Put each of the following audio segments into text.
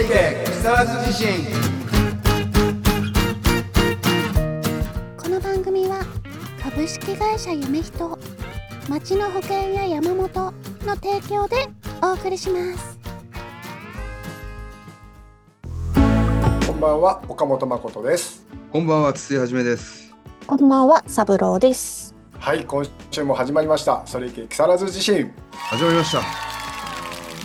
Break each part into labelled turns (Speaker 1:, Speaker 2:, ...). Speaker 1: いて木更津地震
Speaker 2: この番組は株式会社夢人町の保険や山本の提供でお送りします
Speaker 1: こんばんは岡本誠です
Speaker 3: こんばんは、筒井はじめです。
Speaker 2: こんばんは三郎です
Speaker 1: はい今週も始まりましたそれいけ木更津地震
Speaker 3: 始まりました。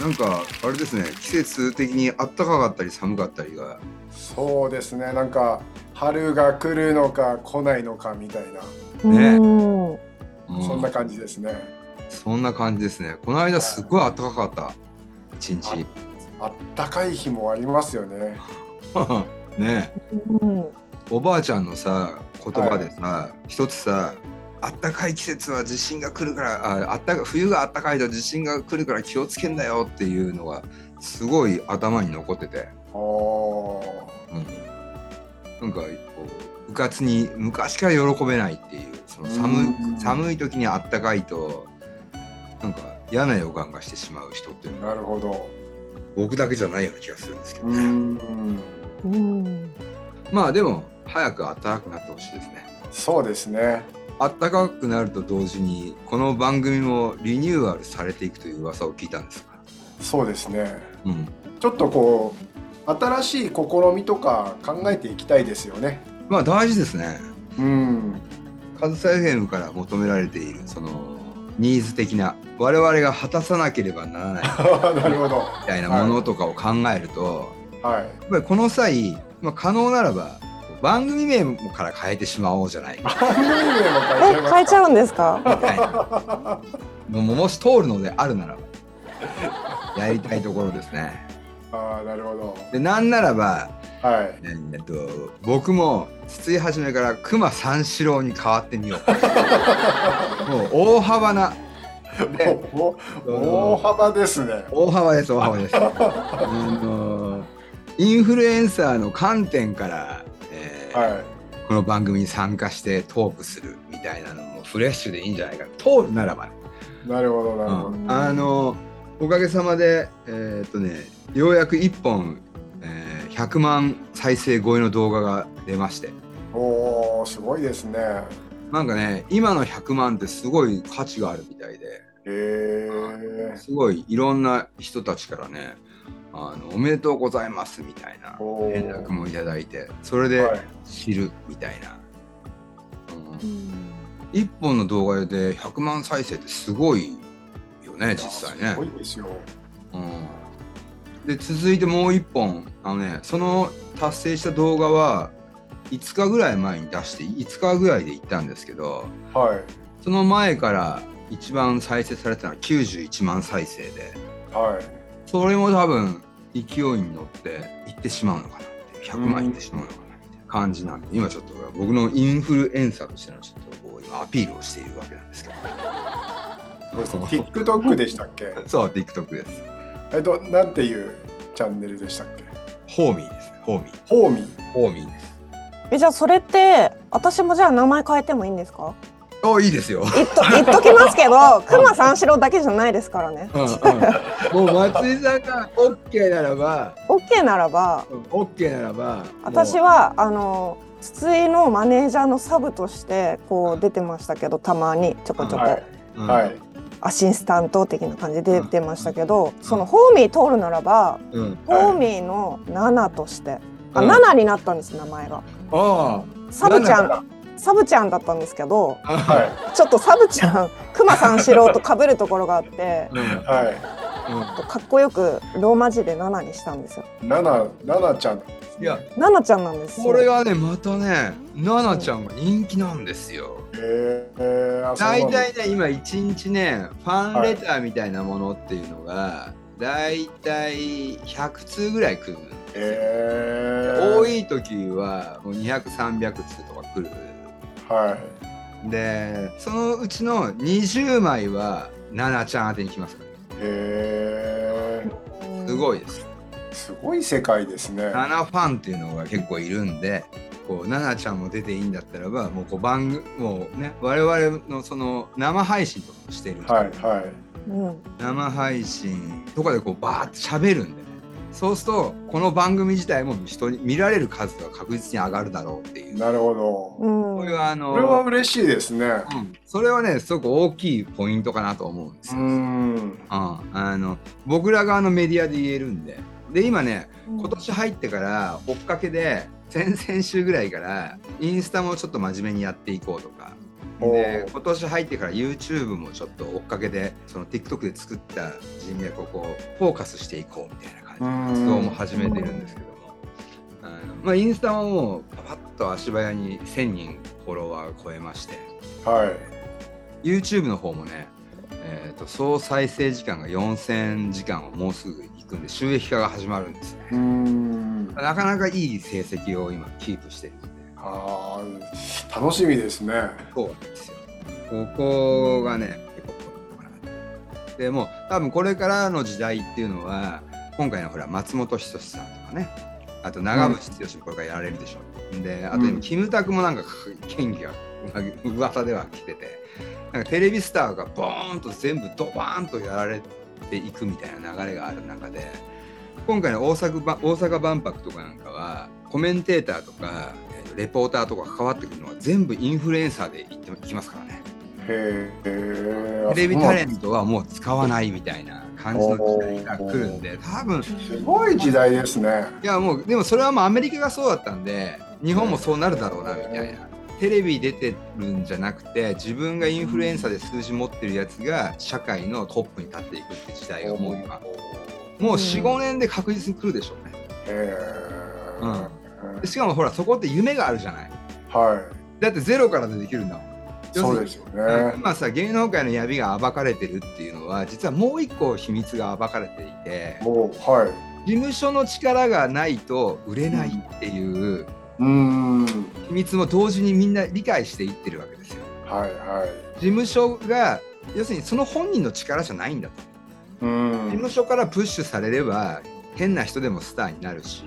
Speaker 3: なんか、あれですね、季節的に暖かかったり寒かったりが、
Speaker 1: そうですねなんか春が来るのか来ないのかみたいな、
Speaker 3: ね
Speaker 2: うん
Speaker 3: うん
Speaker 1: そんな感じですね
Speaker 3: そんな感じですね。この間すごい暖かかった、一日。
Speaker 1: あったかい日もありますよね
Speaker 3: ね
Speaker 2: うん
Speaker 3: おばあちゃんのさ、言葉でさ、一つさ、暖かい季節は地震が来るから、ああったか冬が暖かいと地震が来るから気をつけんだよっていうのが、すごい頭に残ってて。
Speaker 1: お
Speaker 3: うん、なんかこううかつに昔から喜べないっていうその寒
Speaker 1: うん
Speaker 3: い寒い時にあったかいとなんか嫌な予感がしてしまう人っていう
Speaker 1: ー
Speaker 3: のは
Speaker 1: なるほど
Speaker 3: 僕だけじゃないような気がするんですけど、
Speaker 1: うーん
Speaker 2: うん
Speaker 3: まあでも早く暖かくなってほしいですね
Speaker 1: そうですね
Speaker 3: 暖かくなると同時にこの番組もリニューアルされていくという噂を聞いたんですが、
Speaker 1: そうですね
Speaker 3: うん、
Speaker 1: ちょっとこう新しい試みとか考えていきたいですよね
Speaker 3: まあ大事ですね
Speaker 1: うん
Speaker 3: 上総 FM から求められているそのニーズ的な我々が果たさなければならない
Speaker 1: あーなるほど。
Speaker 3: みたいなものとかを考えると、
Speaker 1: はい。
Speaker 3: やっぱりこの際、まあ、可能ならば番組名もから変えてしまおうじゃないか
Speaker 1: え
Speaker 4: え変えちゃうんですか
Speaker 3: みたいなももし通るのであるならばやりたいところですね。
Speaker 1: ああ、なるほど。
Speaker 3: でなんならば、
Speaker 1: はい。
Speaker 3: えーっと、僕も筒井はじめから熊三四郎に変わってみよう。もう大幅なね
Speaker 1: おお大幅ですね。
Speaker 3: 大幅です大幅ですあのインフルエンサーの観点から、えー
Speaker 1: は
Speaker 3: この番組に参加してトークするみたいなのもフレッシュでいいんじゃないか通るならば、ね
Speaker 1: い。なるほど、なるほど。
Speaker 3: うんあのおかげさまでえーっとねようやく1本、えー100万再生超えの動画が出まして
Speaker 1: おお、すごいですね。
Speaker 3: なんかね今の100万ってすごい価値があるみたいで
Speaker 1: へえ。
Speaker 3: すごいいろんな人たちからねあのおめでとうございますみたいな
Speaker 1: おー
Speaker 3: 連絡もいただいてそれ
Speaker 1: は
Speaker 3: で
Speaker 1: い。
Speaker 3: 知るみたいな、うん、1本の動画で100万再生ってすごいよね実際ね
Speaker 1: すご、いですよ。
Speaker 3: うん、で続いてもう1本あのねその達成した動画は5日ぐらい前に出して5日ぐらいで行ったんですけど
Speaker 1: はい。
Speaker 3: その前から一番再生されたのは91万再生で
Speaker 1: はい。
Speaker 3: それも多分勢いに乗って行ってしまうのかなって100万いってしまうのかなみたいな感じなんで今ちょっと僕のインフルエンサーとしてのちょっとこう今アピールをしているわけなんですけど
Speaker 1: TikTok でしたっけ？
Speaker 3: そう TikTok です
Speaker 1: えっと、なんていうチャンネルでしたっけ？
Speaker 3: ホーミーですねホーミー
Speaker 1: ホーミー。
Speaker 3: ホーミーです
Speaker 4: えじゃあそれって私もじゃあ名前変えてもいいんですか
Speaker 3: あいいですよ
Speaker 4: 言っと言っときますけど熊三四郎だけじゃないですからね
Speaker 3: うん、うん、もう松井さんが OK ならば
Speaker 4: OK ならば
Speaker 3: うん OK ならば
Speaker 4: 私
Speaker 3: も
Speaker 4: はあの筒井のマネージャーのサブとしてこう出てましたけどたまにちょこちょこ、
Speaker 1: はい。
Speaker 3: う、うん
Speaker 1: はい。
Speaker 4: アシスタント的な感じで出てましたけど、そのホーミー通るならば、
Speaker 3: うん、
Speaker 4: ホーミーの7として、あ
Speaker 3: うん
Speaker 4: 7になったんです名前が
Speaker 3: あ
Speaker 4: サブちゃ
Speaker 3: 7
Speaker 4: んサブちゃんだったんですけど
Speaker 3: あ
Speaker 1: はい
Speaker 3: は。
Speaker 4: ちょっとサブちゃん熊三四郎と被るところがあって
Speaker 3: い、うん
Speaker 1: は
Speaker 4: かっこよくローマ字で7にしたんですよ
Speaker 1: い。ナナナナちゃん。
Speaker 3: うん、いや
Speaker 4: 7ちゃんなんですよ
Speaker 3: これがねまたね奈々ちゃんが人気なんですよ
Speaker 1: へえ。あそうなんだ
Speaker 3: 大体ね今1日ねファンレターみたいなものっていうのが大体100通ぐらい来るんですよ、
Speaker 1: へえ。
Speaker 3: 多。い時はもう200300通とか来る
Speaker 1: はい。
Speaker 3: でそのうちの20枚は奈々ちゃん宛てに来ますか
Speaker 1: へえ
Speaker 3: らすごいです
Speaker 1: すごい世界ですね。
Speaker 3: 奈々ファンっていうのが結構いるんでこう奈々ちゃんも出ていいんだったらばもうこう番組もうね我々のその生配信とかもしてるんで
Speaker 1: はいは
Speaker 4: うん
Speaker 3: 生配信とかでこうバーって喋るんでね
Speaker 1: い。
Speaker 3: そうするとこの番組自体も人に見られる数が確実に上がるだろうっていう。
Speaker 1: なるほど。
Speaker 4: うん
Speaker 3: これはあの
Speaker 1: これは嬉しいですね。
Speaker 3: うんそれはねすごく大きいポイントかなと思うんです
Speaker 1: う
Speaker 3: よ。
Speaker 1: ん。
Speaker 3: うんあの僕ら側のメディアで言えるんで。で今ね今年入ってから追っかけで先々週ぐらいからインスタもちょっと真面目にやっていこうとか
Speaker 1: お
Speaker 3: で
Speaker 1: ー
Speaker 3: 今年入ってから YouTube もちょっと追っかけでその TikTok で作った人脈をこうフォーカスしていこうみたいな感じ
Speaker 1: う
Speaker 3: で
Speaker 1: ん
Speaker 3: 活動も始めてるんですけどもあの、まあ、インスタはもうパパッと足早に1000人フォロワーを超えまして
Speaker 1: はい。
Speaker 3: YouTube の方もね、えー、と総再生時間が4000時間をもうすぐいくんで収益化が始まるんですね。
Speaker 1: うん。
Speaker 3: なかなかいい成績を今キープしてるので。
Speaker 1: ああ、楽しみですね。
Speaker 3: そうなんですよ。ここがね、結構ポイントかな。でもう多分これからの時代っていうのは、今回のほら松本人志さんとかね、あと長渕剛もこれからやられるでしょう。で、あ
Speaker 1: う
Speaker 3: と今
Speaker 1: ん
Speaker 3: キムタクもなんか権威が 噂では来てて、なんかテレビスターがボーンと全部ドバーンとやられていくみたいな流れがある中で。今回の大阪ば大阪万博とかなんかはコメンテーターとか、えーとレポーターとか関わってくるのは全部インフルエンサーで行ってきますからね
Speaker 1: へえ。
Speaker 3: テレビタレ
Speaker 1: ン
Speaker 3: ントはもう使わないみたいな感じの時代が来るんで多分
Speaker 1: すごい時代ですね。
Speaker 3: いやもうでもそれはもうアメリカがそうだったんで日本もそうなるだろうなみたいな。テレビ出てるんじゃなくて自分がインフルエンサーで数字持ってるやつが社会のトップに立っていくって時代がもう今もう45年で確実に来るでしょうね。
Speaker 1: へえ。
Speaker 3: うんしかもほらそこって夢があるじゃない
Speaker 1: は
Speaker 3: だってゼロからでできるんだも
Speaker 1: い。
Speaker 3: ん
Speaker 1: そうですよ
Speaker 3: 要するに
Speaker 1: ね。
Speaker 3: 今さ芸能界の闇が暴かれてるっていうのは実はもう一個秘密が暴かれていて
Speaker 1: もうはい。
Speaker 3: 事務所の力がないと売れないっていう
Speaker 1: うーん。
Speaker 3: 秘密も同時にみんな理解していってるわけですよ
Speaker 1: はいはい。
Speaker 3: 事務所が要するにその本人の力じゃないんだ
Speaker 1: う
Speaker 3: と事
Speaker 1: ん
Speaker 3: 務。所からプッシュされれば変な人でもスターになるし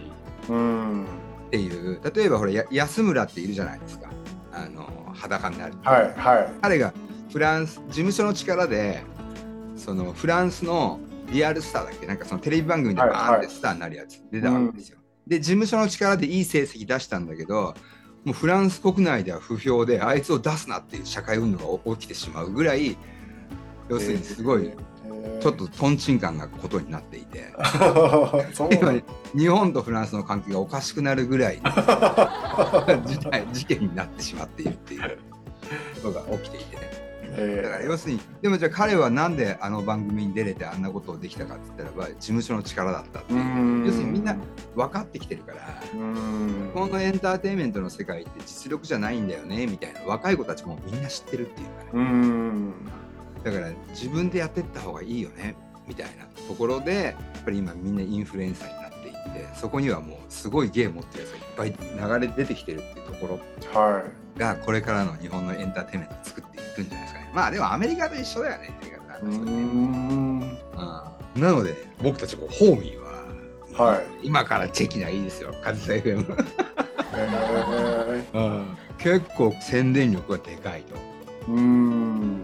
Speaker 1: うん。
Speaker 3: っていう例えばほらや安村っているじゃないですかあの裸になる
Speaker 1: はいは
Speaker 3: 彼がフランス事務所の力でそのフランスのリアルスターだっけなんかそのテレビ番組で
Speaker 1: はい
Speaker 3: バーンっ
Speaker 1: は
Speaker 3: て
Speaker 1: い
Speaker 3: スターになるやつ出たわけですよ。で事務所の力でいい成績出したんだけどもうフランス国内では不評であいつを出すなっていう社会運動が起きてしまうぐらい要するにすごい
Speaker 1: い。
Speaker 3: ちょっととんちんンなことになっていて
Speaker 1: と。 そう
Speaker 3: 今日本とフランスの関係がおかしくなるぐら いの事態事件になってしまっているっていうことが起きていてね。だから
Speaker 1: え
Speaker 3: 要するにでもじゃあ彼はなんであの番組に出れてあんなことをできたかって言ったらば事務所の力だったって
Speaker 1: ーう
Speaker 3: いう要するにみんな
Speaker 1: う
Speaker 3: 分かってきてるから
Speaker 1: ーん
Speaker 3: このエンターテインメントの世界って実力じゃないんだよねみたいな若い子たちもみんな知ってるっていうかね
Speaker 1: うーん
Speaker 3: だから自分でやってった方がいいよねみたいなところでやっぱり今みんなインフルエンサーになっていってそこにはもうすごい芸持ってるやつがいっぱい流れ出てきてるっていうところ
Speaker 1: は
Speaker 3: がこれからの日本のエンターテインメントを作っていくんじゃないですかねまあでもアメリカと一緒だよねっていうか
Speaker 1: い。うーん
Speaker 3: うんなので僕たちこうホーミーは、
Speaker 1: は
Speaker 3: 今からチェキがいいですよ風さ FM、
Speaker 1: え
Speaker 3: うん、結構宣伝力がでかいと、
Speaker 1: ーうーん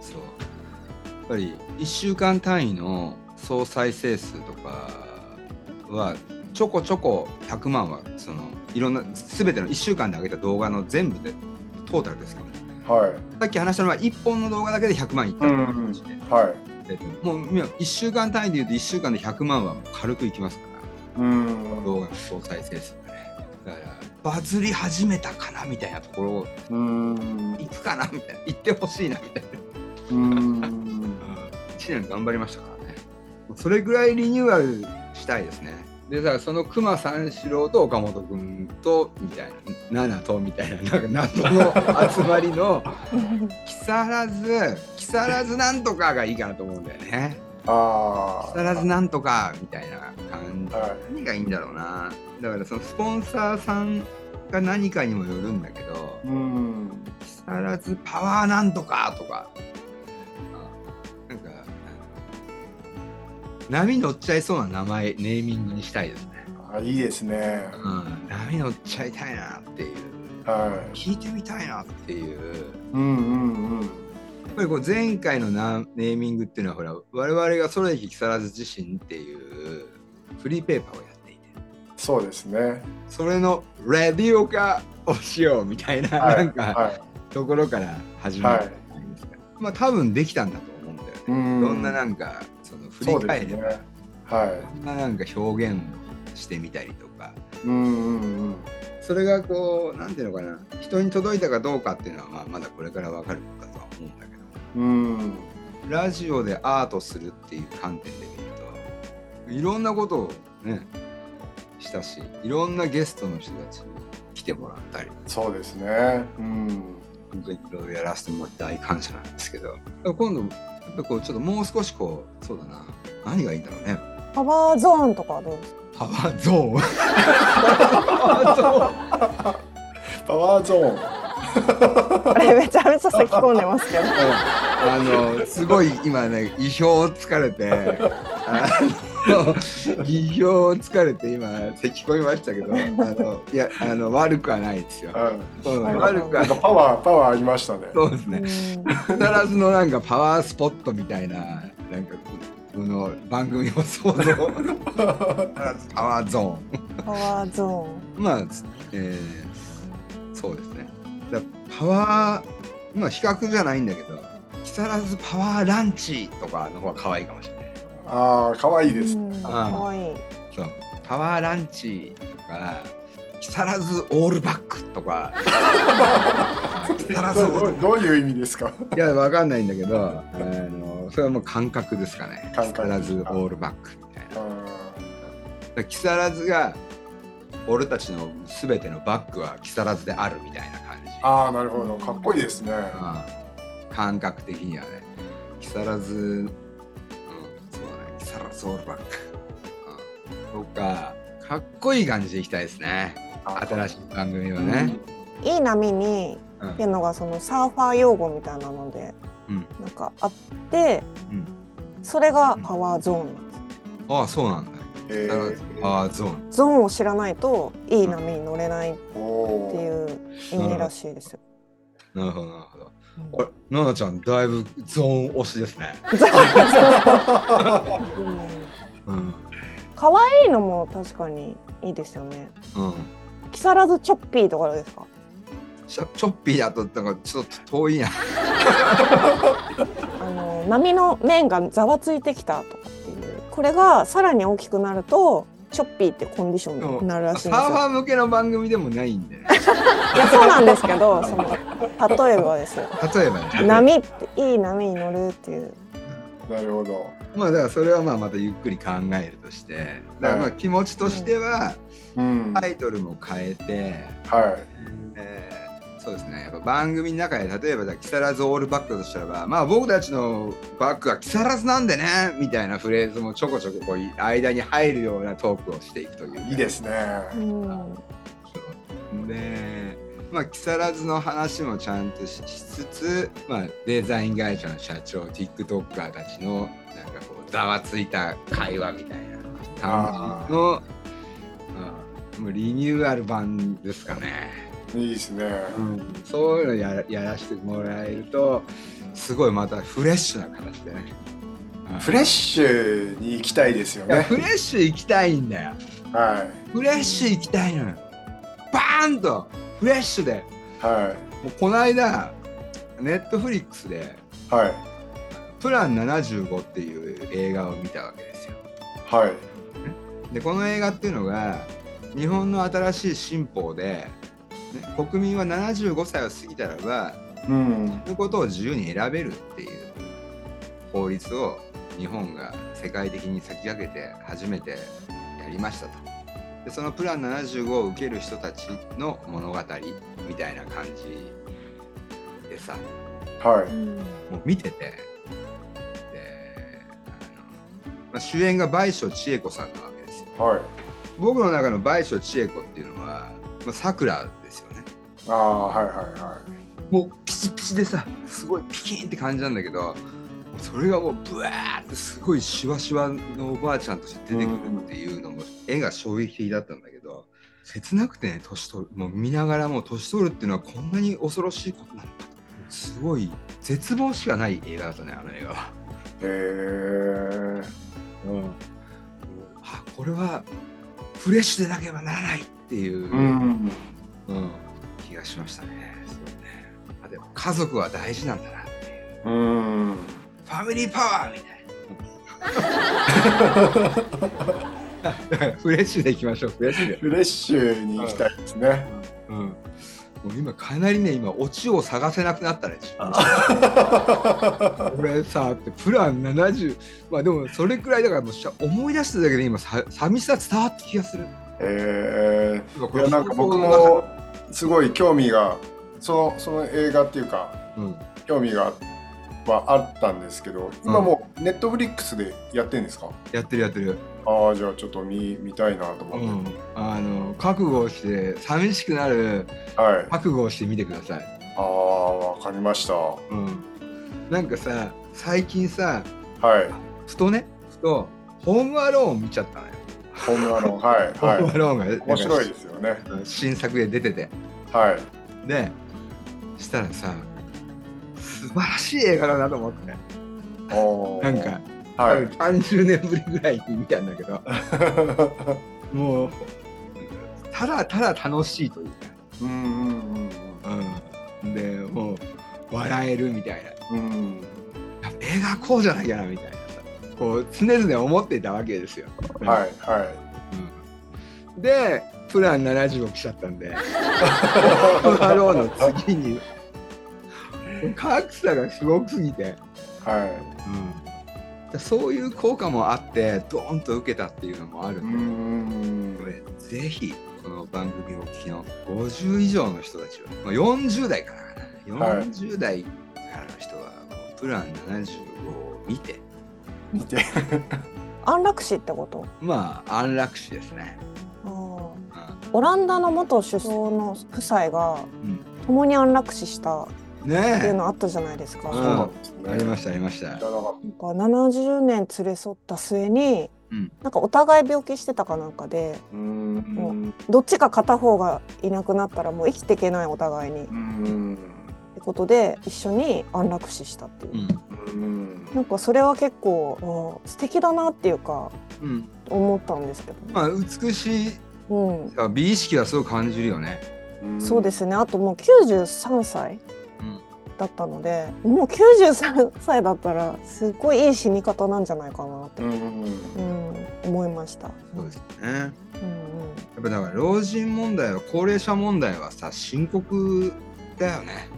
Speaker 3: そうやっぱり1週間単位の総再生数とかはちょこちょこ100万はそのいろんな全ての1週間で上げた動画の全部でトータルですからね
Speaker 1: は
Speaker 3: さっき話したのは1本の動画だけで100万いったって話で、
Speaker 1: いはい
Speaker 3: えっともう1週間単位でいうと1週間で100万はもう軽くいきますから
Speaker 1: うーん
Speaker 3: 動画の総再生数がねだからバズり始めたかなみたいなところ
Speaker 1: うーん
Speaker 3: 行くかなみたいな行ってほしいなみたいな
Speaker 1: うーん
Speaker 3: 1年頑張りましたからねそれぐらいリニューアルしたいですねでさその熊三四郎と岡本君とみたいなナナとみたいななんか謎の集まりの木更津木更津なんとかがいいかなと思うんだよね
Speaker 1: あ
Speaker 3: 木
Speaker 1: あ
Speaker 3: 更津なんとかみたいな感じ
Speaker 1: は
Speaker 3: 何がいいんだろうなだからそのスポンサーさんが何かにもよるんだけど
Speaker 1: いうーん
Speaker 3: 木更津パワーなんとかとかあなんか波乗っちゃいそうな名前ネーミングにしたいですね、
Speaker 1: あいいですね
Speaker 3: うん、波乗っちゃいたいなっていう
Speaker 1: は
Speaker 3: 聞いてみたいなっていう
Speaker 1: いうんうんうん
Speaker 3: やっぱりこう前回のなネーミングっていうのはほら我々がソレイキ木更津自身っていうフリーペーパーをやっていて
Speaker 1: そうですね。
Speaker 3: それのレディオ化をしようみたいな、
Speaker 1: はい
Speaker 3: なんか、
Speaker 1: はい。
Speaker 3: ところから始まる、まあ多分できたんだと思うんだよね、
Speaker 1: うん
Speaker 3: どんななんかその振
Speaker 1: そ
Speaker 3: り
Speaker 1: うです
Speaker 3: 返れ
Speaker 1: ね
Speaker 3: ば、。
Speaker 1: は
Speaker 3: どんななんか表現をしてみたりとか
Speaker 1: い。うんうんうん。
Speaker 3: それがこうなんていうのかな人に届いたかどうかっていうのは、まあ、まだこれから分かることだとは思うんだけど
Speaker 1: うん。
Speaker 3: ラジオでアートするっていう観点で見るといろんなことをねしたしいろんなゲストの人たちに来てもらったり
Speaker 1: そうですね。うん。
Speaker 3: 本当にいろいろやらせてもらって大感謝なんですけど今度やっぱこうちょっともう少しこうそうだな何がいいんだろうね
Speaker 4: パワーゾーンとかはどうですか
Speaker 3: パワーゾーンパワーゾーン
Speaker 1: パワーゾーン。
Speaker 4: あれめちゃめちゃ咳き込んでますけど
Speaker 3: あのすごい今ね意表をつかれてあの意表をつかれて今咳込みましたけどあのいやあの悪くはないですよ
Speaker 1: うん。
Speaker 3: うん
Speaker 4: はい
Speaker 3: 悪く
Speaker 1: なん
Speaker 3: は
Speaker 1: かパワー、パワーありましたね。
Speaker 3: そうです
Speaker 4: う
Speaker 3: ね
Speaker 4: ん
Speaker 3: 必ずのなんかパワースポットみたいななんかこの番組を想像パワーゾー
Speaker 4: パワーゾ
Speaker 3: ン まあ、えーそうですねだパワーまあ比較じゃないんだけど木更津パワーランチとかの方が可愛いかもしれない
Speaker 1: ああ、可愛い
Speaker 4: ーン
Speaker 1: です。
Speaker 4: うん可愛い
Speaker 3: そうパワーランチとか木更津オールバックとか木更津オール
Speaker 1: どうどういう意味ですか。
Speaker 3: いや、わかんないんだけど、あの、それはもう感覚ですかね。
Speaker 1: 感覚
Speaker 3: 木更津オールバックみたいな。だか
Speaker 1: うん
Speaker 3: ら木更津が、俺たちのすべてのバックは木更津であるみたいな感じ。
Speaker 1: ああ、なるほど。かっこいいですね。
Speaker 3: うん感覚的にはね。木更津、うん、そうだね。木更津オールバック。うん、とか、かっこいい感じでいきたいですね。新しい番組はね。
Speaker 4: いい波に
Speaker 3: うん
Speaker 4: っていうのがそのサーファー用語みたいなので、
Speaker 3: うん
Speaker 4: なんかあって、
Speaker 3: うん
Speaker 4: それがパワーゾーンなんです
Speaker 3: ああ、そうなんだ。
Speaker 1: え
Speaker 3: 木更津パ
Speaker 1: ー、
Speaker 3: ワーゾーン。
Speaker 4: ゾーンを知らないといい波に乗れないっ
Speaker 1: お
Speaker 4: てい
Speaker 1: お。
Speaker 4: う意味らしいですよ。
Speaker 3: なるほど、なるほど。
Speaker 4: うん
Speaker 3: あれ、奈々ちゃん、だいぶゾーン推しですね。
Speaker 4: うん
Speaker 3: うん。
Speaker 4: 可愛いのも確かにいいですよね。
Speaker 3: うん。
Speaker 4: 木更津チョッピーとかですか。
Speaker 3: ちょ、ちょっぴーだと、なんか、ちょっと遠いな。
Speaker 4: あの波の面がざわついてきたとかっていう。これがさらに大きくなるとチョッピーってコンディションになるらしい
Speaker 3: サ
Speaker 4: ん
Speaker 3: ー
Speaker 4: で
Speaker 3: フ。
Speaker 4: すよ
Speaker 3: ァー向けの番組でもないんで。
Speaker 4: いやそうなんですけど、その例えばですよ。
Speaker 3: 例 えばね。
Speaker 4: 波っていい波に乗るっていう。
Speaker 1: なるほど。
Speaker 3: まあ、だから、それは、まあ、またゆっくり考えるとして。だから、ま
Speaker 1: は
Speaker 3: あ、
Speaker 1: い
Speaker 3: 気持ちとしては、
Speaker 1: うん。は
Speaker 3: タ
Speaker 1: い。
Speaker 3: イトルも変えて。えーそうですね。やっぱ番組の中で例えばじゃあ木更津オールバックだとしたらば、まあ僕たちのバックは木更津なんでねみたいなフレーズもちょこちょここうい間に入るようなトークをしていくという。
Speaker 1: いいですね。
Speaker 4: うん。
Speaker 3: で、まあ、木更津の話もちゃんとしつつ、まあ、デザイン会社の社長 TikToker たちのなんかこうざわついた会話みたいな感じの、うんもうリニューアル版ですかね、
Speaker 1: いいですね。
Speaker 3: そういうのやらやらせてもらえるとすごいまたフレッシュな形でね、うん
Speaker 1: フレッシュに行きたいですよ
Speaker 3: いや
Speaker 1: ね。
Speaker 3: フレッシュ行きたいんだよ
Speaker 1: は
Speaker 3: フレッシュ行きたいのよバーンとフレッシュで
Speaker 1: い。は
Speaker 3: もうこの間ネットフリックスで
Speaker 1: い。はい。
Speaker 3: 「プラン75」っていう映画を見たわけですよ。
Speaker 1: はい。
Speaker 3: でこの映画っていうのが日本の新しい新法で、ね、国民は75歳を過ぎたらば
Speaker 1: うん。
Speaker 3: そういうことを自由に選べるっていう法律を日本が世界的に先駆けて初めてやりましたと。でそのプラン75を受ける人たちの物語みたいな感じでさ
Speaker 1: は
Speaker 3: もう見てて、であのまあ、主演が倍賞千恵子さんなわけですよ。
Speaker 1: い。はい。
Speaker 3: 僕の中の倍賞千恵子っていうのは、まあ、桜ですよね。
Speaker 1: ああ、はいはいは
Speaker 3: もうピチピチでさ、すごいピキーンって感じなんだけど、それがもうブワーってすごいシワシワのおばあちゃんとして出てくるっていうのも、絵が衝撃的だったんだけど、切なくてね、年取る、もう見ながらもう年取るっていうのはこんなに恐ろしいことなんだと。すごい絶望しかない映画だったね、あの映画は。
Speaker 1: い。へえ。
Speaker 3: うん、あここれはフレッシュでなければならないっていう、
Speaker 1: うん
Speaker 3: うん気がしましたね。そうねあでも家族は大事なんだなっていう
Speaker 1: うん
Speaker 3: ファミリーパワーみ たいな。フレッシュでいきましょうフレッシュで。
Speaker 1: フレッシュに行きたいですね。
Speaker 3: うん、もう今かなりね今オチを探せなくなったね。これさってプラン70まあでもそれくらいだからもうしゃ思い出しただけで今さ寂しさ伝わった気がする。
Speaker 1: え
Speaker 3: 今こ
Speaker 1: ー、い
Speaker 3: れ
Speaker 1: やなんか僕もすごい興味がそのその映画っていうか
Speaker 3: うん
Speaker 1: 興味がはあったんですけど今もうネットフリックスでやってんですか、
Speaker 3: やってるやってる。
Speaker 1: ああじゃあちょっと見見たいなと思って、
Speaker 3: あの覚悟をして寂しくなる
Speaker 1: はい
Speaker 3: 覚悟をしてみてください。
Speaker 1: ああわかりましたは
Speaker 3: うん、なんかさ最近さ
Speaker 1: い
Speaker 3: ふとねふとホームアローン見ちゃったのよ。
Speaker 1: ホームアローンはい
Speaker 3: ホームア
Speaker 1: は
Speaker 3: ローンが、
Speaker 1: い面白いですよね
Speaker 3: なんか新作で出てて。
Speaker 1: はい
Speaker 3: でしたらさ素晴らしい映画だなと思ってね
Speaker 1: おー
Speaker 3: なんか、
Speaker 1: はい
Speaker 3: 30年ぶりぐらいに見たんだけどもうただただ楽しいという
Speaker 1: うんうんうん
Speaker 3: か、うん、でもう笑えるみたいな
Speaker 1: うん
Speaker 3: やっぱ映画こうじゃなきゃなみたいなさこう常々思っていたわけですよ。
Speaker 1: うんはいはい
Speaker 3: うんでプラン70を来ちゃったんで「ホームアローンの次に格差がすごくすぎて。
Speaker 1: は
Speaker 3: うん、そういう効果もあってドーンと受けたっていうのもある
Speaker 1: い。うんん
Speaker 3: で、これぜひこの番組をお聞きの50以上の人たちは、まあ、40代からかな
Speaker 1: はい
Speaker 3: 40代からの人はもうプラン75を見て
Speaker 1: 見て。
Speaker 4: 安楽死ってこと
Speaker 3: まあ安楽死ですね。
Speaker 4: あー
Speaker 3: う
Speaker 4: オランダの元首相の夫妻が
Speaker 3: ん
Speaker 4: 共に安楽死したっ
Speaker 3: うんね
Speaker 4: ていう
Speaker 3: え
Speaker 4: のあったじゃないですか。
Speaker 3: うん
Speaker 1: そうなんですね。
Speaker 3: ありま
Speaker 1: し
Speaker 3: したありました。
Speaker 1: た。
Speaker 4: なんか70年連れ添った末に、
Speaker 3: うん
Speaker 4: なんかお互い病気してたかなんかで
Speaker 1: うんうん
Speaker 4: どっちか片方がいなくなったらもう生きていけないお互いにっ
Speaker 1: うん
Speaker 4: てことで一緒に安楽死したっていうう、
Speaker 3: ん
Speaker 1: うん
Speaker 4: なんかそれは結構あー素敵だなっていうか
Speaker 3: うん、
Speaker 4: 思ったんですけどね、
Speaker 3: まあ美しい
Speaker 4: うん、
Speaker 3: あ美意識はすごく感じるよね。
Speaker 1: うん
Speaker 4: そうで。すねあともう93歳
Speaker 3: うん
Speaker 4: だったのでもう93歳だったらすごいいい死に方なんじゃないかなって、
Speaker 1: うんうん
Speaker 4: うん、思いました。
Speaker 3: そうですね
Speaker 4: うんうん
Speaker 3: やっぱだから老人問題は高齢者問題はさ深刻だよね、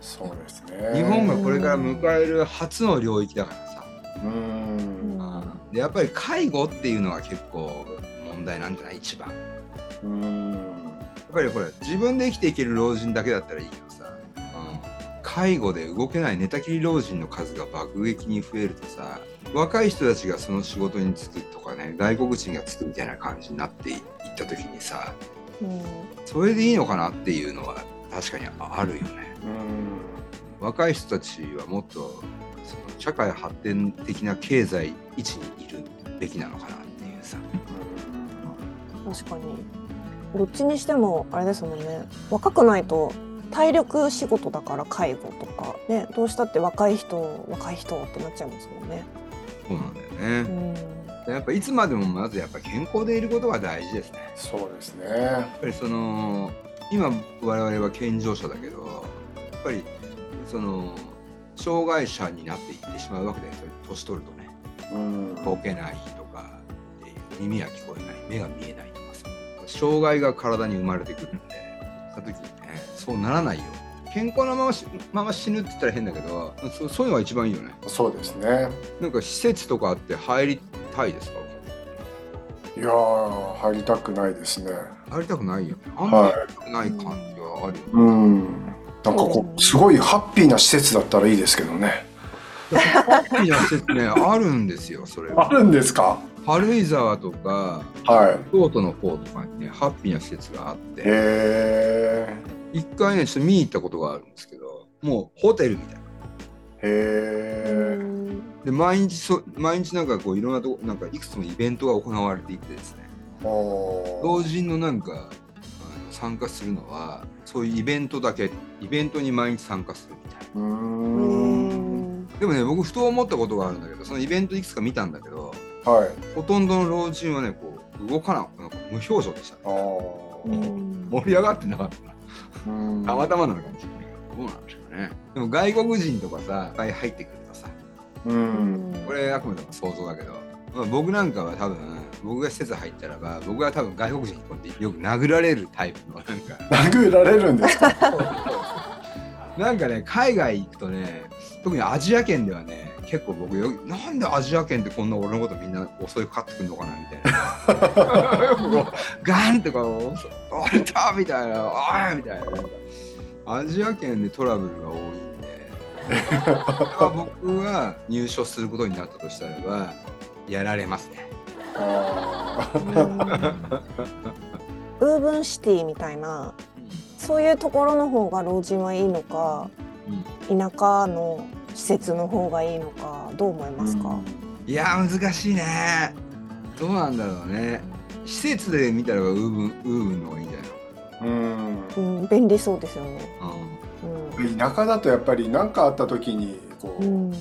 Speaker 1: そうですね。
Speaker 3: 日本がこれから迎える初の領域だからさ、
Speaker 1: うん
Speaker 3: でやっぱり介護っていうのは結構問題なんじゃない一番や
Speaker 1: うん
Speaker 3: っぱりほら自分で生きていける老人だけだったらいいけどさ、うん介護で動けない寝たきり老人の数が爆撃に増えるとさ若い人たちがその仕事に就くとかね外国人が就くみたいな感じになっていった時にさ
Speaker 4: うん
Speaker 3: それでいいのかなっていうのは確かにあるよね。
Speaker 1: うん
Speaker 3: 若い人たちはもっとその社会発展的な経済位置にいるべきなのかなっていうさ、
Speaker 4: 確かにどっちにしてもあれですもんね若くないと体力仕事だから介護とか、ね、どうしたって若い人若い人ってなっちゃいますもんね。
Speaker 3: そうなんだよ
Speaker 4: う
Speaker 3: ね、
Speaker 4: ん
Speaker 3: やっぱいつまでもまずやっぱ健康でいることが大事ですね
Speaker 1: そうですね。
Speaker 3: やっぱりその今我々は健常者だけどやっぱりその障害者になっていってしまうわけですよ年取るとね
Speaker 1: うん
Speaker 3: 動けないとかっていう耳は聞こえない目が見えないとかさ障害が体に生まれてくるんでその時にねそうならないように健康なまましまま死ぬって言ったら変だけどそそういうのが一番いいよね
Speaker 1: そうですね。
Speaker 3: なんか施設とかあって入りたいですか
Speaker 1: いやー入りたくないですね。
Speaker 3: 入りたくないよねあんまり入りたくない感じはあるよね、
Speaker 1: うん。なんかこうすごいハッピーな施設だったらいいですけどね。
Speaker 3: ハッピーな施設ねあるんですよそれ
Speaker 1: あ
Speaker 3: は
Speaker 1: るんですか。
Speaker 3: 軽井沢とか
Speaker 1: はい。
Speaker 3: 京都の方とかにねハッピーな施設があって
Speaker 1: へ
Speaker 3: 一回ねちょっと見に行ったことがあるんですけどもうホテルみたいな
Speaker 1: え。へ
Speaker 3: で毎日そ毎日なんかこういろんなとこなんかいくつもイベントが行われていてですね
Speaker 1: え。お
Speaker 3: 老
Speaker 1: ー
Speaker 3: 人のなんかあの参加するのはそういうイベントだけイベントに毎日参加するみたいう
Speaker 1: ー。
Speaker 4: うんん
Speaker 3: なでもね僕ふと思ったことがあるんだけどそのイベントいくつか見たんだけど
Speaker 1: はい。
Speaker 3: ほとんどの老人はねこう動かななんか無表情でしたね
Speaker 1: あー
Speaker 4: うん
Speaker 3: 盛り上がってなかったな
Speaker 1: うん
Speaker 3: たまたまなのかもしれないけどどうなんでしょうねでも外国人とかさいっぱい入ってくるとさ
Speaker 1: うん
Speaker 3: これあくまでも想像だけど、まあ、僕なんかは多分僕が施設入ったらば僕は多分外国人にこうやってよく殴られるタイプのなんか
Speaker 1: 殴られるんですか
Speaker 3: なんかね海外行くとね特にアジア圏ではね結構僕よなんでアジア圏ってこんな俺のことみんな襲いかかってくんのかなみたいなよくこうガンとか襲われたみたいなああみたいななんかアジア圏でトラブルが多いんでこれは僕は入所することになったとしたらばやられますね
Speaker 1: あー
Speaker 4: ウーブンシティみたいなそういうところの方が老人はいいのか
Speaker 3: うん
Speaker 4: 田舎の施設の方がいいのかどう思いますか、
Speaker 3: いやー難しいねどうなんだろうね施設で見たらばウーブンウーブンの方がいいんじゃないの
Speaker 1: うん
Speaker 4: うん便利そうですよね、
Speaker 1: 田舎だとやっぱり何かあった時にこ
Speaker 4: う
Speaker 1: う、
Speaker 4: んうん、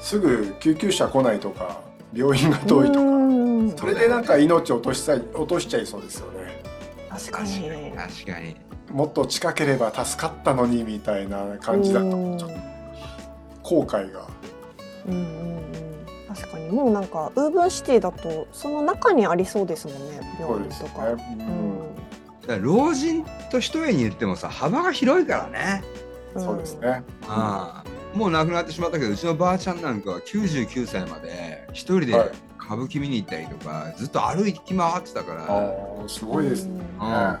Speaker 1: すぐ救急車来ないとか病院が遠いとか、
Speaker 4: うん
Speaker 1: それでなんか命を落としさい落としちゃいそうですよね
Speaker 4: 確か
Speaker 3: 確
Speaker 4: に
Speaker 3: かに確かに
Speaker 1: もっと近ければ助かったのにみたいな感じだ
Speaker 4: う
Speaker 1: と
Speaker 4: ん
Speaker 1: ちょっと後悔が
Speaker 4: うんうんうん確かにもうなんかウーブンシティだとその中にありそうですもんね
Speaker 1: そう
Speaker 4: 病院
Speaker 1: です
Speaker 4: と
Speaker 1: ね
Speaker 4: か。う
Speaker 1: うん
Speaker 4: ん
Speaker 3: だから老人と一重に言ってもさ幅が広いからね、
Speaker 1: そうです。ね
Speaker 3: ああもう亡くなってしまったけどうちのばあちゃんなんかは99歳まで一人で
Speaker 1: はい
Speaker 3: 歌舞伎見に行ったりとか、ずっと歩き回ってたか
Speaker 1: あ
Speaker 3: ら
Speaker 1: ーすごいですね
Speaker 4: うん
Speaker 3: ああ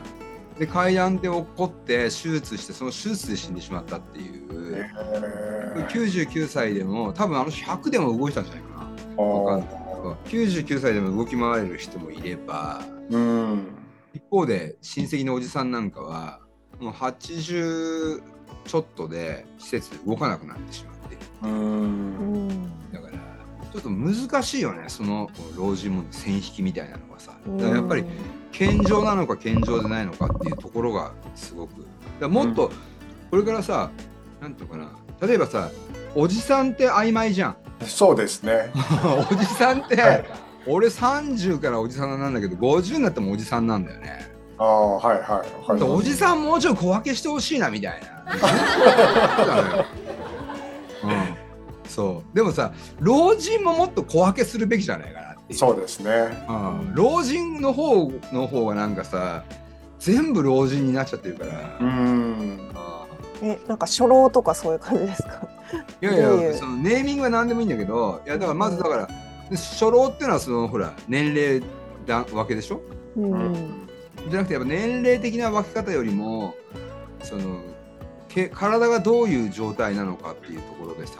Speaker 3: で階段で落っこって手術してその手術で死んでしまったっていう、
Speaker 1: へー
Speaker 3: 99歳でも多分あの100でも動いたんじゃないかな
Speaker 1: あ
Speaker 3: わかん
Speaker 1: ー
Speaker 3: 99歳でも動き回れる人もいれば
Speaker 1: うん
Speaker 3: 一方で親戚のおじさんなんかはもう80ちょっとで施設で動かなくなってしまっている
Speaker 1: う
Speaker 4: うんん
Speaker 3: だからちょっと難しいよねその老人も線引きみたいなのがさ
Speaker 4: うん
Speaker 3: だからやっぱり健常なのか健常でないのかっていうところがすごくだからもっとこれからさ何ていうのかな例えばさおじさんって曖昧じゃん
Speaker 1: そうですね
Speaker 3: おじさんって、
Speaker 1: はい
Speaker 3: 俺30からおじさんなんだけど50になってもおじさんなんだよね。
Speaker 1: ああはいはいわかりま
Speaker 3: お
Speaker 1: す
Speaker 3: じさんもうちょい小分けしてほしいなみたいな。うん、そうでもさ老人ももっと小分けするべきじゃないかなっていう
Speaker 1: そうですね
Speaker 3: うん老人の方の方がなんかさ全部老人になっちゃってるから、
Speaker 1: う
Speaker 3: うん
Speaker 1: ん
Speaker 4: えなんか初老とかそういう感じですか。
Speaker 3: いやいや
Speaker 4: どういう
Speaker 3: そのネーミングは何でもいいんだけどいやだからまずだから初老っていうのはそのほら年齢だわけでしょ
Speaker 4: うん
Speaker 1: う
Speaker 4: うん
Speaker 1: ん
Speaker 3: じゃなくてやっぱ年齢的な分け方よりもそのけ体がどういう状態なのかっていうところでさ、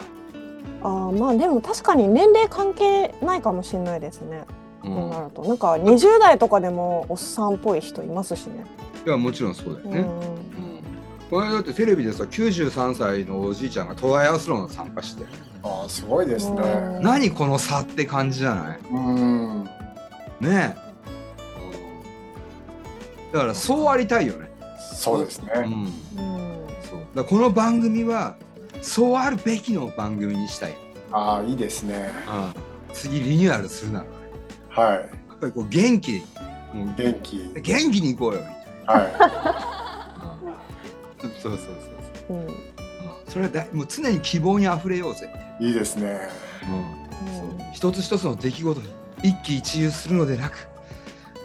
Speaker 4: あーまあでも確かに年齢関係ないかもしれないですね。
Speaker 3: うん、
Speaker 4: そう
Speaker 3: い
Speaker 4: なるとなんか20代とかでもおっさんっぽい人いますしね。
Speaker 3: やもちろんそうだよ
Speaker 4: う
Speaker 3: ね、うん
Speaker 4: ん
Speaker 3: この間だってテレビでさ93歳のおじいちゃんがトライアスロンに参加してたよ
Speaker 1: ああすごいですね
Speaker 3: 何この差って感じじゃない
Speaker 1: うん
Speaker 3: ねえ、うんだからそうありたいよね、
Speaker 1: そうですね
Speaker 3: うん、
Speaker 4: うん
Speaker 3: そうだからこの番組はそうあるべきの番組にしたい、
Speaker 1: ああいいですね
Speaker 3: うん、次リニューアルするならね
Speaker 1: はい
Speaker 3: やっぱりこう元気もう
Speaker 1: 元気
Speaker 3: 元気に行こうよみたい
Speaker 1: は
Speaker 3: な、そうそうそうそう
Speaker 4: うん
Speaker 3: それはだもう常に希望にあふれようぜ、
Speaker 1: いいいですね
Speaker 3: そう一つ一つの出来事に一喜一憂するのでなく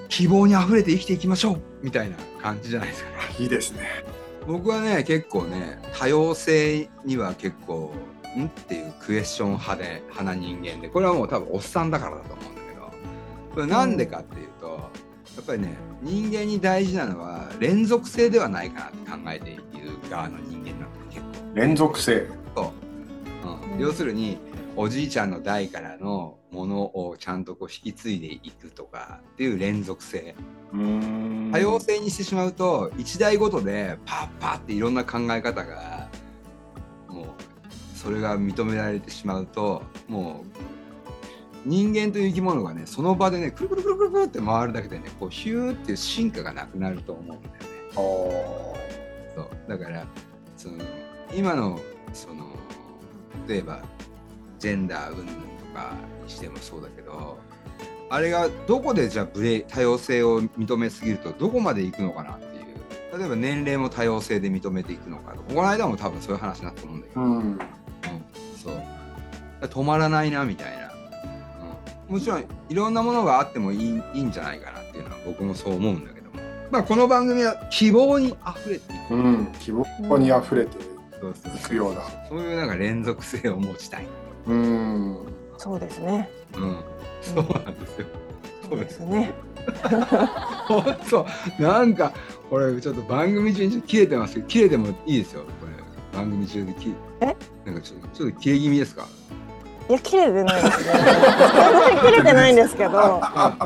Speaker 3: 希望にあふれて生きていきましょうみたいな感じじゃないですか
Speaker 1: いいですね
Speaker 3: 僕はね結構ね多様性には結構んっていうクエスチョン派で派な人間でこれはもう多分おっさんだからだと思うんだけどこれなんでかっていうと、やっぱりね人間に大事なのは連続性ではないかなって考えている側の人間なんだよ結
Speaker 1: 連続性
Speaker 3: 構、うん要するにおじいちゃんの代からのものをちゃんとこう引き継いでいくとかっていう連続性
Speaker 1: うーん
Speaker 3: 多様性にしてしまうと一台ごとでパッパッっていろんな考え方がもうそれが認められてしまうともう人間という生き物がねその場でねくるくるくるくるくるって回るだけでねこうヒューっていう進化がなくなると思うんだよね。
Speaker 1: あー
Speaker 3: そうだからその今のその例えばジェンダー云々とかにしてもそうだけどあれがどこでじゃあブレ多様性を認めすぎるとどこまでいくのかなっていう例えば年齢も多様性で認めていくのかとこの間も多分そういう話になったと思うんだけど、
Speaker 1: うん
Speaker 3: うんそうだから止まらないなみたいな、うん、もちろんいろんなものがあってもいいいいんじゃないかなっていうのは僕もそう思うんだけどもまあこの番組は希望にあふれていく
Speaker 1: うん、希望にあふれて
Speaker 3: そうそう
Speaker 1: いくような。
Speaker 3: そういうなんか連続性を持ちたい、
Speaker 1: うん、
Speaker 4: そうですね。
Speaker 3: うん、そうなんですよ
Speaker 4: そうですね。
Speaker 3: 本当なんかこれちょっと番組中に切れてますけど切れてもいいですよこれ番組中で切
Speaker 4: え
Speaker 3: なんかちょっとちょっと切れ気味ですか
Speaker 4: いや切れてないですね。そんなに切れてないんですけど、いや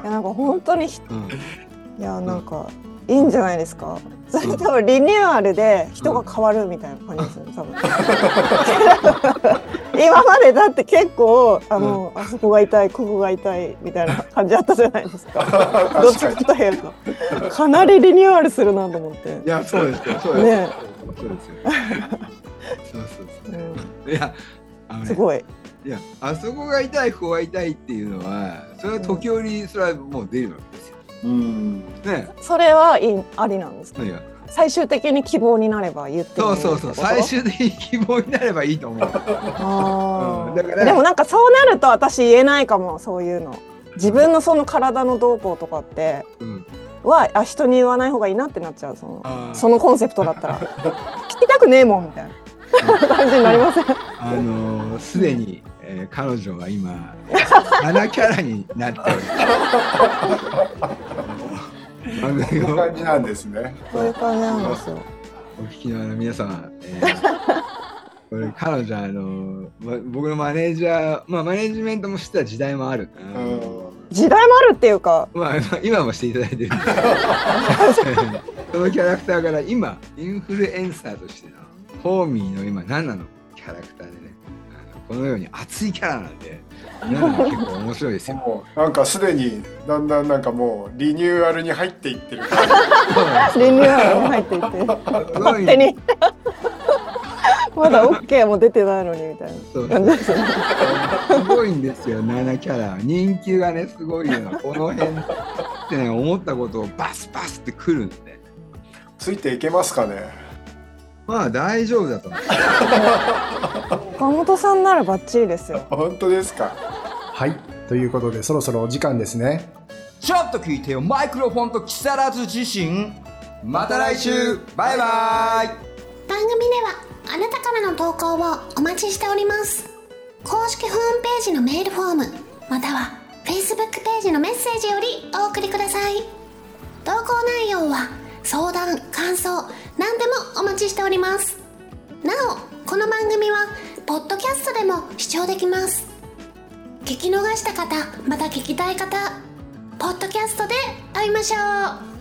Speaker 4: なんか本当にひ
Speaker 3: うん
Speaker 4: いやなんかいいんじゃないですか。それ多分リニューアルで人が変わるみたいな感じですよね。多分。 今までだって結構あの、あそこが痛いここが痛いみたいな感じだったじゃないですか。どっ
Speaker 1: 確
Speaker 4: ち
Speaker 1: か
Speaker 4: か
Speaker 1: に。
Speaker 4: というとかなりリニューアルするなと思って
Speaker 3: い。やそうですよそうですよ、
Speaker 4: ね
Speaker 3: そうですよそうそうそう
Speaker 4: う
Speaker 3: いや、あの
Speaker 4: ん、
Speaker 3: ね
Speaker 4: すごい。
Speaker 3: いや、あそこが痛い、ここが痛いっていうのは、それは時折、それはもう出るわけですよ。
Speaker 1: うん、
Speaker 3: ね、
Speaker 4: それはいいありなんですか。
Speaker 3: いや、
Speaker 4: 最終的に希望になれば言ってもい
Speaker 3: そ
Speaker 4: いっ
Speaker 3: う
Speaker 4: て
Speaker 3: そう
Speaker 4: こ
Speaker 3: そ
Speaker 4: と
Speaker 3: う、最終的に希望になればいいと思う。
Speaker 4: あ
Speaker 3: うん
Speaker 4: ー
Speaker 3: だから
Speaker 4: でもなんかそうなると私言えないかもそういうの自分のその体の動向とかって
Speaker 3: うん、
Speaker 4: はあ人に言わない方がいいなってなっちゃうその
Speaker 3: あー
Speaker 4: そのコンセプトだっ たら聞きたくねえもんみたいな感じになりません
Speaker 3: あのーすでに、えー彼女は今、7キャラになってお
Speaker 1: こうい
Speaker 3: ります。番組
Speaker 1: う
Speaker 3: を
Speaker 1: 感じなんですね。
Speaker 4: そういう感じなんですよ
Speaker 3: お聞きの皆さん、えーこれ彼女あのーま僕のマネージャー、まあ、マネージメントもしてた時代もある、
Speaker 1: うん、
Speaker 4: 時代もあるっていうか
Speaker 3: まあまあ今もしていただいてるんですけどそのキャラクターから今インフルエンサーとしてのホーミーの今何なのキャラクターでねあのこのように熱いキャラなんでナナ結構面白いですよ。
Speaker 1: もうなんかすでにだんだんなんかもうリニューアルに入って いってる。
Speaker 3: そうなんです
Speaker 4: リニューアルも入っていて
Speaker 3: すごい
Speaker 4: 勝手に まだ OK も出てないのにみたい
Speaker 3: そう
Speaker 4: な感じですよね
Speaker 3: すごいんですよ、ナナキャラ。人気がね、すごいの。この辺ってね、思ったことをバスバスってくるんで。
Speaker 1: ついていけますかね。
Speaker 3: まあ大丈夫だと思う。
Speaker 4: 岡本さんならバッチリですよ
Speaker 1: 本当ですか。
Speaker 5: はい。ということで、そろそろお時間ですね。
Speaker 6: ちょっと聞いてよマイクロフォンと木更津自身
Speaker 3: また来週バ
Speaker 2: 番
Speaker 3: イバイ
Speaker 2: 組ではあなたからの投稿をお待ちしております公式ホームページのメールフォームまたは Facebook ページのメッセージよりお送りください投稿内容は相談感想何でもお待ちしておりますなおこの番組はポッドキャストでも視聴できます聞き逃した方また聞きたい方ポッドキャストで会いましょう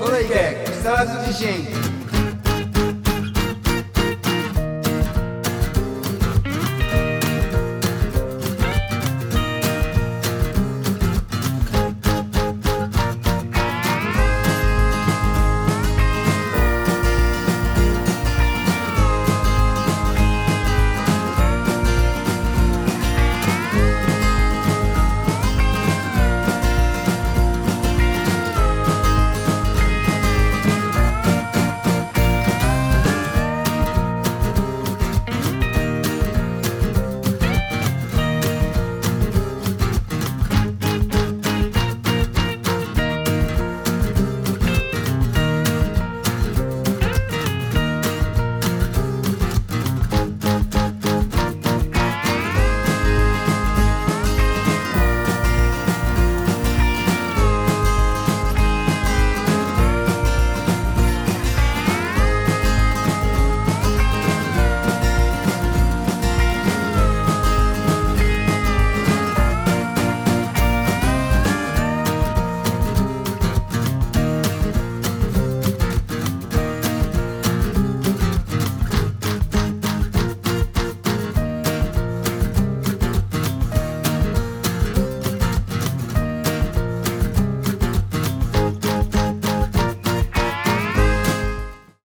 Speaker 6: それいけ木更津自身